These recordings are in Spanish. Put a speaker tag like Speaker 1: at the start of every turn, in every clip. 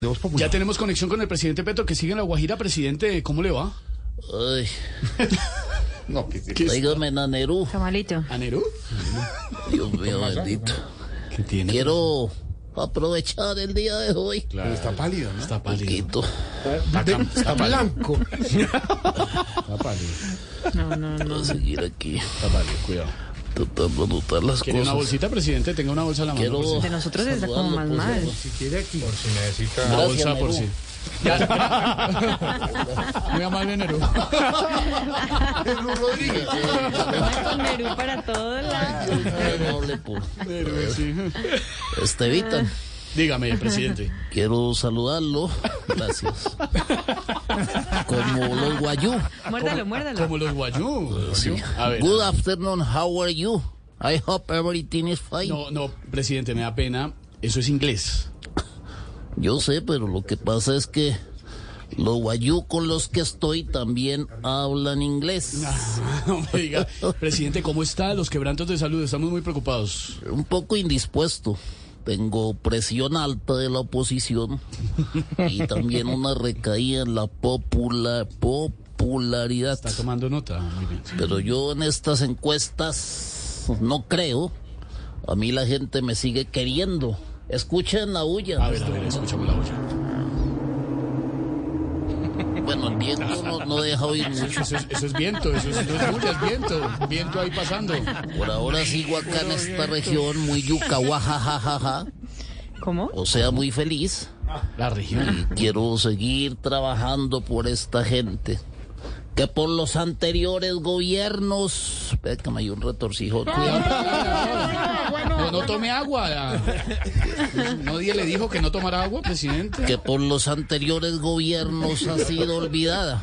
Speaker 1: de Voz Populi.
Speaker 2: Ya tenemos conexión con el presidente Petro, que sigue en la Guajira. Presidente, ¿cómo le va?
Speaker 3: Uy,
Speaker 2: No, ¿qué,
Speaker 3: dígame, Nanerú.
Speaker 4: Tamalito.
Speaker 2: ¿Anerú?
Speaker 3: Dios mío, bendito.
Speaker 2: ¿Qué tiene?
Speaker 3: Quiero aprovechar el día de hoy.
Speaker 1: Pero está pálido, ¿no?
Speaker 2: Está pálido.
Speaker 3: Quito.
Speaker 1: Está blanco. Está pálido.
Speaker 3: Voy a seguir aquí.
Speaker 2: Está pálido, cuidado.
Speaker 3: Tratando de notar las
Speaker 2: ¿Quiere una
Speaker 3: cosas.
Speaker 2: bolsita, presidente? Tenga una bolsa en la mano.
Speaker 3: Quiero.
Speaker 2: presidente.
Speaker 4: De nosotros está como más
Speaker 3: saludarlo,
Speaker 4: mal.
Speaker 3: pues,
Speaker 1: Si quiere aquí. Por si necesita.
Speaker 2: Una
Speaker 3: Gracias,
Speaker 2: bolsa por si.
Speaker 3: Nerú.
Speaker 2: Muy amable, Nerú.
Speaker 3: Rodríguez.
Speaker 4: Con Nerú para todos lados.
Speaker 3: Amable por
Speaker 2: Nerú, sí.
Speaker 3: Estevita.
Speaker 2: Dígame, presidente.
Speaker 3: Quiero saludarlo. Gracias. Como los guayú.
Speaker 4: Muérdalo, muérdalo.
Speaker 2: Como los guayú.
Speaker 3: Sí.
Speaker 2: A ver.
Speaker 3: Good afternoon. How are you? I hope everything is fine.
Speaker 2: No, no, presidente, me da pena. Eso es inglés.
Speaker 3: Yo sé, pero lo que pasa es que los guayú con los que estoy también hablan inglés.
Speaker 2: Ah. No me diga. Presidente, ¿cómo está? Los quebrantos de salud. Estamos muy preocupados.
Speaker 3: Un poco indispuesto. Tengo presión alta de la oposición y también una recaída en la popular, popularidad.
Speaker 2: Está tomando nota. Muy bien.
Speaker 3: Pero yo en estas encuestas no creo. A mí la gente me sigue queriendo. Escuchen la
Speaker 2: A
Speaker 3: huya.
Speaker 2: ver, a ver, escuchamos la olla.
Speaker 3: Bueno, el viento no, no deja oír mucho.
Speaker 2: Eso es, eso es viento, eso es, no es bulla, es viento. Viento ahí pasando.
Speaker 3: Por ahora sigo acá en esta región muy yuca, guajajajaja.
Speaker 4: ¿Cómo?
Speaker 3: O sea, muy feliz.
Speaker 2: La región.
Speaker 3: Quiero seguir trabajando por esta gente. Que por los anteriores gobiernos. Ve que me dio un retorcijón.
Speaker 2: No, no tome agua. Nadie le dijo que no tomara agua, presidente.
Speaker 3: Que por los anteriores gobiernos ha sido olvidada.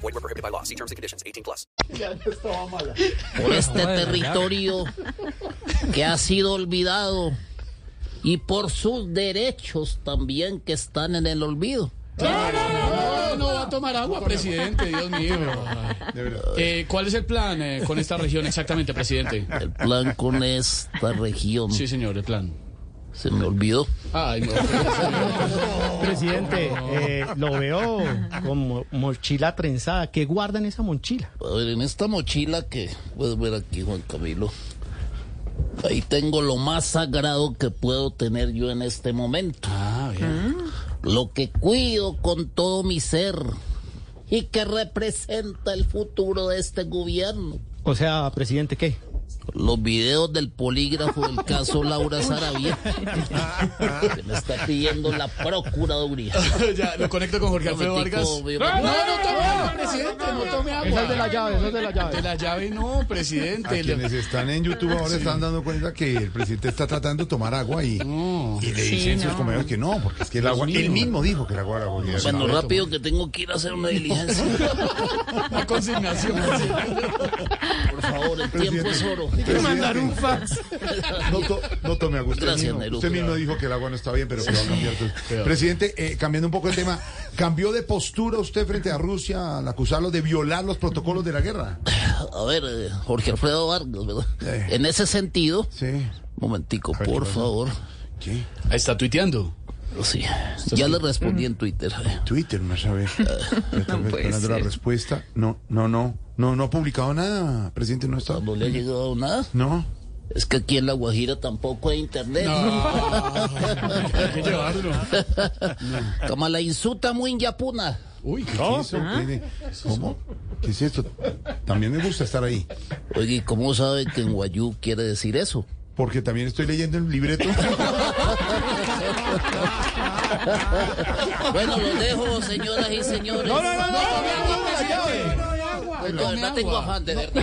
Speaker 5: Void were prohibited by law. See terms and conditions. 18 plus.
Speaker 3: por este territorio que ha sido olvidado y por sus derechos también que están en el olvido.
Speaker 2: No, no va a tomar agua, presidente, Dios mío. Eh, ¿Cuál es el plan eh, con esta región exactamente, presidente?
Speaker 3: El plan con esta región
Speaker 2: Sí, señor, el plan.
Speaker 3: se me olvidó.
Speaker 2: Ay, no.
Speaker 6: Presidente, eh, lo veo con mo- mochila trenzada. ¿Qué guarda en esa mochila?
Speaker 3: A ver, en esta mochila que puedes ver aquí, Juan Camilo, ahí tengo lo más sagrado que puedo tener yo en este momento.
Speaker 2: Ah, bien.
Speaker 3: Lo que cuido con todo mi ser y que representa el futuro de este gobierno.
Speaker 6: O sea, presidente, ¿qué?
Speaker 3: los videos del polígrafo del caso Laura Sarabia que me está pidiendo la procuraduría.
Speaker 2: Ya, lo conecto con Jorge Alfredo Vargas.
Speaker 3: Momentico, mi-
Speaker 2: No, no tome agua, presidente, no tome agua.
Speaker 6: Esa es de la llave, esa es de la llave.
Speaker 2: De la llave no,
Speaker 1: A
Speaker 2: presidente.
Speaker 1: quienes están en YouTube ahora están dando cuenta que el presidente está tratando de tomar agua y, y le dicen sus compañeros que no, porque es que el agua, él mismo dijo que el agua era agua.
Speaker 3: Bueno, rápido que tengo que ir a hacer una diligencia.
Speaker 2: La consignación.
Speaker 3: Por favor, el tiempo es oro.
Speaker 1: mandar un fax. No, to- no tome agua. Usted,
Speaker 3: Gracias,
Speaker 1: mismo,
Speaker 3: Neru.
Speaker 1: usted mismo dijo que el agua no está bien, pero que va a cambiar. todo. Presidente, eh, cambiando un poco el tema, ¿cambió de postura usted frente a Rusia al acusarlo de violar los protocolos de la guerra?
Speaker 3: A ver, eh, Jorge Alfredo Vargas, ¿verdad? En ese sentido,
Speaker 1: Sí.
Speaker 3: momentico,
Speaker 1: ver, ¿qué
Speaker 3: por
Speaker 1: pasa?
Speaker 3: favor.
Speaker 1: ¿Qué?
Speaker 2: Ahí está tuiteando.
Speaker 3: Sí, ya le respondí en Twitter.
Speaker 1: Twitter, me sabe. No esperando la respuesta. No, no, no. No, no ha publicado nada, presidente, no está.
Speaker 3: ¿No le ha llegado nada?
Speaker 1: No.
Speaker 3: Es que aquí en La Guajira tampoco hay internet.
Speaker 2: Hay que llevarlo.
Speaker 3: Como la insulta muy en Yapuna.
Speaker 1: Uy, ¿qué es eso? ¿Tiene- ¿Cómo? ¿Qué es esto? También me gusta estar ahí.
Speaker 3: Oye, ¿y cómo sabe que en Guayú quiere decir eso?
Speaker 1: Porque también estoy leyendo el libreto.
Speaker 3: Bueno, los dejo, señoras y señores.
Speaker 6: No, no, no, no, no, no, no, la llave.
Speaker 3: De verdad tengo afán, de verdad.